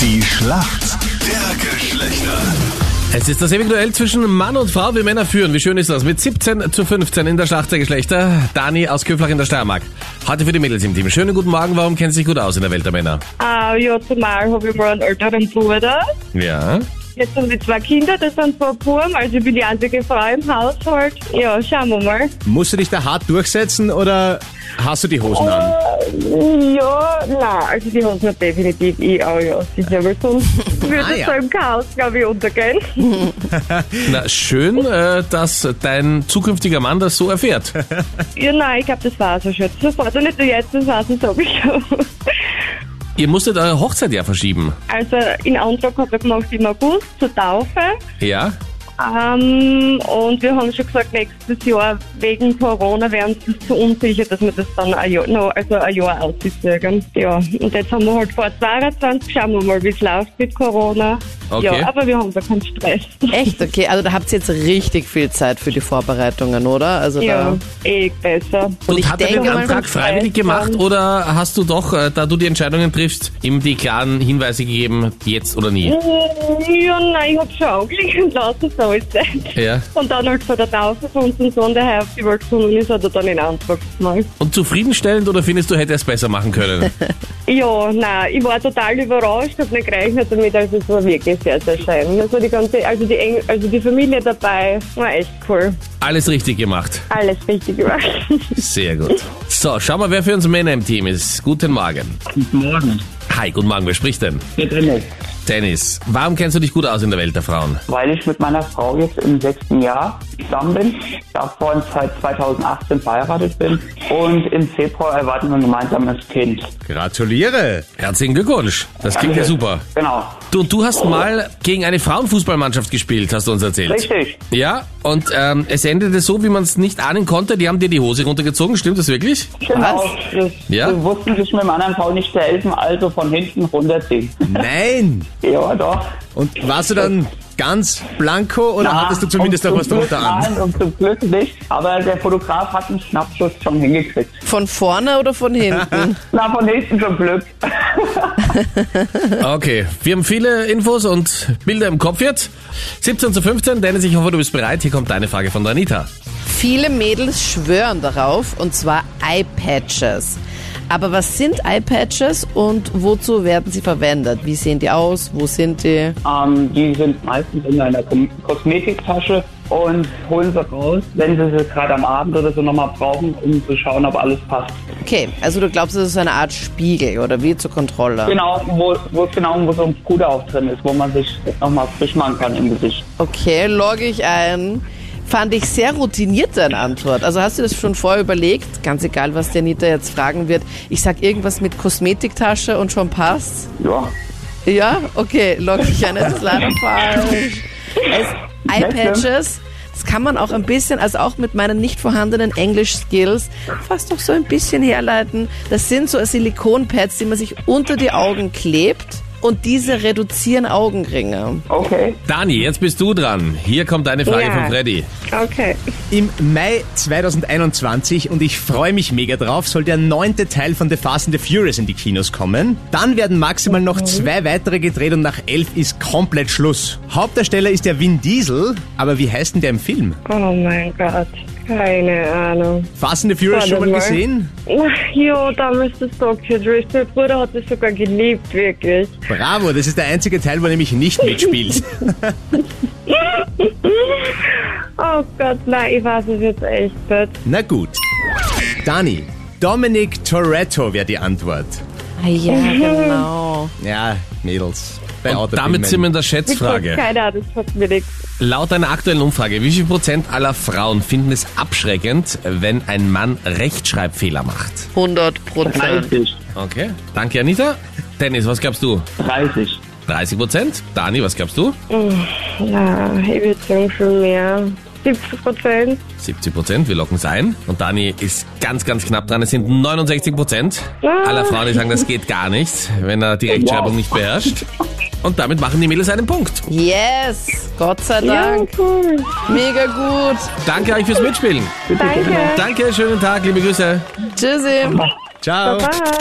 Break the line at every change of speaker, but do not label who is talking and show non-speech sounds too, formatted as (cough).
Die Schlacht der Geschlechter.
Es ist das ewige Duell zwischen Mann und Frau. Wir Männer führen. Wie schön ist das? Mit 17 zu 15 in der Schlacht der Geschlechter. Dani aus Köflach in der Steiermark. Heute für die Mädels im Team. Schönen guten Morgen. Warum kennt sich gut aus in der Welt der Männer?
Ah, ja, zumal habe ich mal einen älteren Bruder.
Ja.
Jetzt haben wir zwei Kinder, das sind zwei Buben, also ich bin die einzige Frau im Haushalt. Ja, schauen wir mal.
Musst du dich da hart durchsetzen oder hast du die Hosen an?
Äh, Ja, nein, also die hat mir definitiv ich auch, ja, sicher, weil
(laughs)
sonst würde
Ah,
es
ja.
so im Chaos, glaube ich, untergehen.
Na, schön, äh, dass dein zukünftiger Mann das so
(laughs)
erfährt.
Ja, nein, ich glaube, das war's auch schon. Das war nicht nur jetzt, das war's es, habe ich schon.
Ihr musstet eure Hochzeit ja verschieben.
(laughs) Also, in Antrag habe ich gemacht im August zur Taufe.
Ja?
Ähm, und wir haben schon gesagt, nächstes Jahr wegen Corona wären sie zu unsicher, dass wir das dann ein Jahr, noch, also ein Jahr auszögern. Ja, und jetzt haben wir halt vor 22, schauen wir mal, wie es läuft mit Corona.
Okay.
Ja, aber wir haben da keinen Stress.
Echt? Okay, also da habt ihr jetzt richtig viel Zeit für die Vorbereitungen, oder? Also
Ja,
da.
eh besser.
Und ich
hat er
denke
den
mal,
Antrag freiwillig gemacht oder hast du doch, äh, da du die Entscheidungen triffst, ihm die klaren Hinweise gegeben, jetzt oder nie?
Mm, Ja, nein, ich hab schon angelegen lassen, so ist es.
Ja.
Und dann halt von der Taufe von unserem Sohn, der heuer auf die Welt gekommen ist, hat er dann den Antrag gemacht.
Und zufriedenstellend oder findest du, hätte er es besser machen
(laughs)
können?
Ja, nein, ich war total überrascht, hab nicht gerechnet damit, also es war wirklich sehr, sehr schön. Also die ganze, also die, Eng also die Familie dabei, war echt cool.
Alles richtig gemacht.
Alles richtig gemacht.
Sehr gut. So, schau mal, wer für uns Männer im Team ist. Guten Morgen.
Guten Morgen.
Hi, guten Morgen, wer spricht denn?
Hier drinnen.
Dennis, warum kennst du dich gut aus in der Welt der Frauen?
Weil ich mit meiner Frau jetzt im sechsten Jahr zusammen bin, davon seit 2018 verheiratet bin und im Februar erwarten wir ein gemeinsames Kind.
Gratuliere!
Herzlichen Glückwunsch. Das klingt ja super.
Genau,
Du und du hast mal gegen eine Frauenfußballmannschaft gespielt, hast du uns erzählt.
richtig.
Ja, und ähm, es endete so, wie man es nicht ahnen konnte. Die haben dir die Hose runtergezogen, stimmt das wirklich?
Genau. Das,
Ja?
Wir wussten sich mit dem anderen Frau nicht zu helfen, also von hinten runterziehen. (laughs)
Nein!
ja, doch.
Und warst du dann ganz blanko oder
Na,
hattest du zumindest
und
noch was
zum Glück
drunter an?
Nein, und zum Glück nicht. Aber der Fotograf hat einen Schnappschuss schon hingekriegt.
Von vorne oder von hinten?
Na, von hinten zum Glück.
Okay, wir haben viele Infos und Bilder im Kopf jetzt. 17 zu 15, Dennis, ich hoffe, du bist bereit. Hier kommt deine Frage von der Anita.
Viele Mädels schwören darauf, und zwar Eyepatches. Aber was sind Eyepatches und wozu werden sie verwendet? Wie sehen die aus? Wo sind die?
Ähm, die sind meistens in einer Kom- Kosmetiktasche und holen sie raus, wenn sie sie gerade am Abend oder so nochmal brauchen, um zu schauen, ob alles passt.
Okay, also du glaubst, es ist eine Art Spiegel oder wie zur Kontrolle?
Genau, wo, wo genau wo so ein Puder auch drin ist, wo man sich nochmal frisch machen kann im Gesicht.
Okay, logge ich ein. Fand ich sehr routiniert deine Antwort. Also hast du das schon vorher überlegt? Ganz egal, was der Nita jetzt fragen wird. Ich sag irgendwas mit Kosmetiktasche und schon passt.
Ja.
Ja, okay, logge ich ein. Das ist leider falsch. Es, Eyepatches, das kann man auch ein bisschen, also auch mit meinen nicht vorhandenen Englisch-Skills, fast noch so ein bisschen herleiten. Das sind so Silikonpads, die man sich unter die Augen klebt und diese reduzieren Augenringe.
Okay.
Dani, jetzt bist du dran. Hier kommt deine Frage
Ja.
von Freddy.
(laughs) Okay.
Im Mai 2021, und ich freue mich mega drauf, soll der neunte Teil von The Fast and the Furious in die Kinos kommen. Dann werden maximal noch zwei weitere gedreht und nach elf ist komplett Schluss. Hauptdarsteller ist der Vin Diesel, aber wie heißt denn der im Film?
Oh mein Gott. Keine Ahnung.
Fast and the Furious
Warte
schon mal
mal.
gesehen?
Ja, damals das Tokyo Drift. Mein Bruder hat das sogar geliebt, wirklich.
Bravo, das ist der einzige Teil, wo er nämlich nicht mitspielt.
Oh Gott, nein, ich weiß es jetzt echt nicht.
Na gut. Dani, Dominic Toretto wäre die Antwort.
Ah ja, genau.
Ja, Mädels. Bei
Und damit sind wir in der
(laughs)
Schätzfrage.
Keine Ahnung, das hat mir nichts.
Laut einer aktuellen Umfrage, wie viel Prozent aller Frauen finden es abschreckend, wenn ein Mann Rechtschreibfehler macht?
100 Prozent.
30.
Okay. Danke, Anita. Dennis, was glaubst du?
30.
30 Prozent. Dani, was glaubst du?
Ja, ich würde sagen schon mehr. 70 Prozent.
70 Prozent, wir locken es ein. Und Dani ist ganz, ganz knapp dran. Es sind 69 Prozent aller Frauen, die sagen, das geht gar nicht, wenn er die Rechtschreibung
Wow.
nicht beherrscht. Und damit machen die Mädels einen Punkt.
Yes, Gott sei Dank.
cool.
Mega gut.
Danke euch fürs Mitspielen. (laughs)
Danke.
Danke, schönen Tag, liebe Grüße.
Tschüssi.
Ciao.
Bye.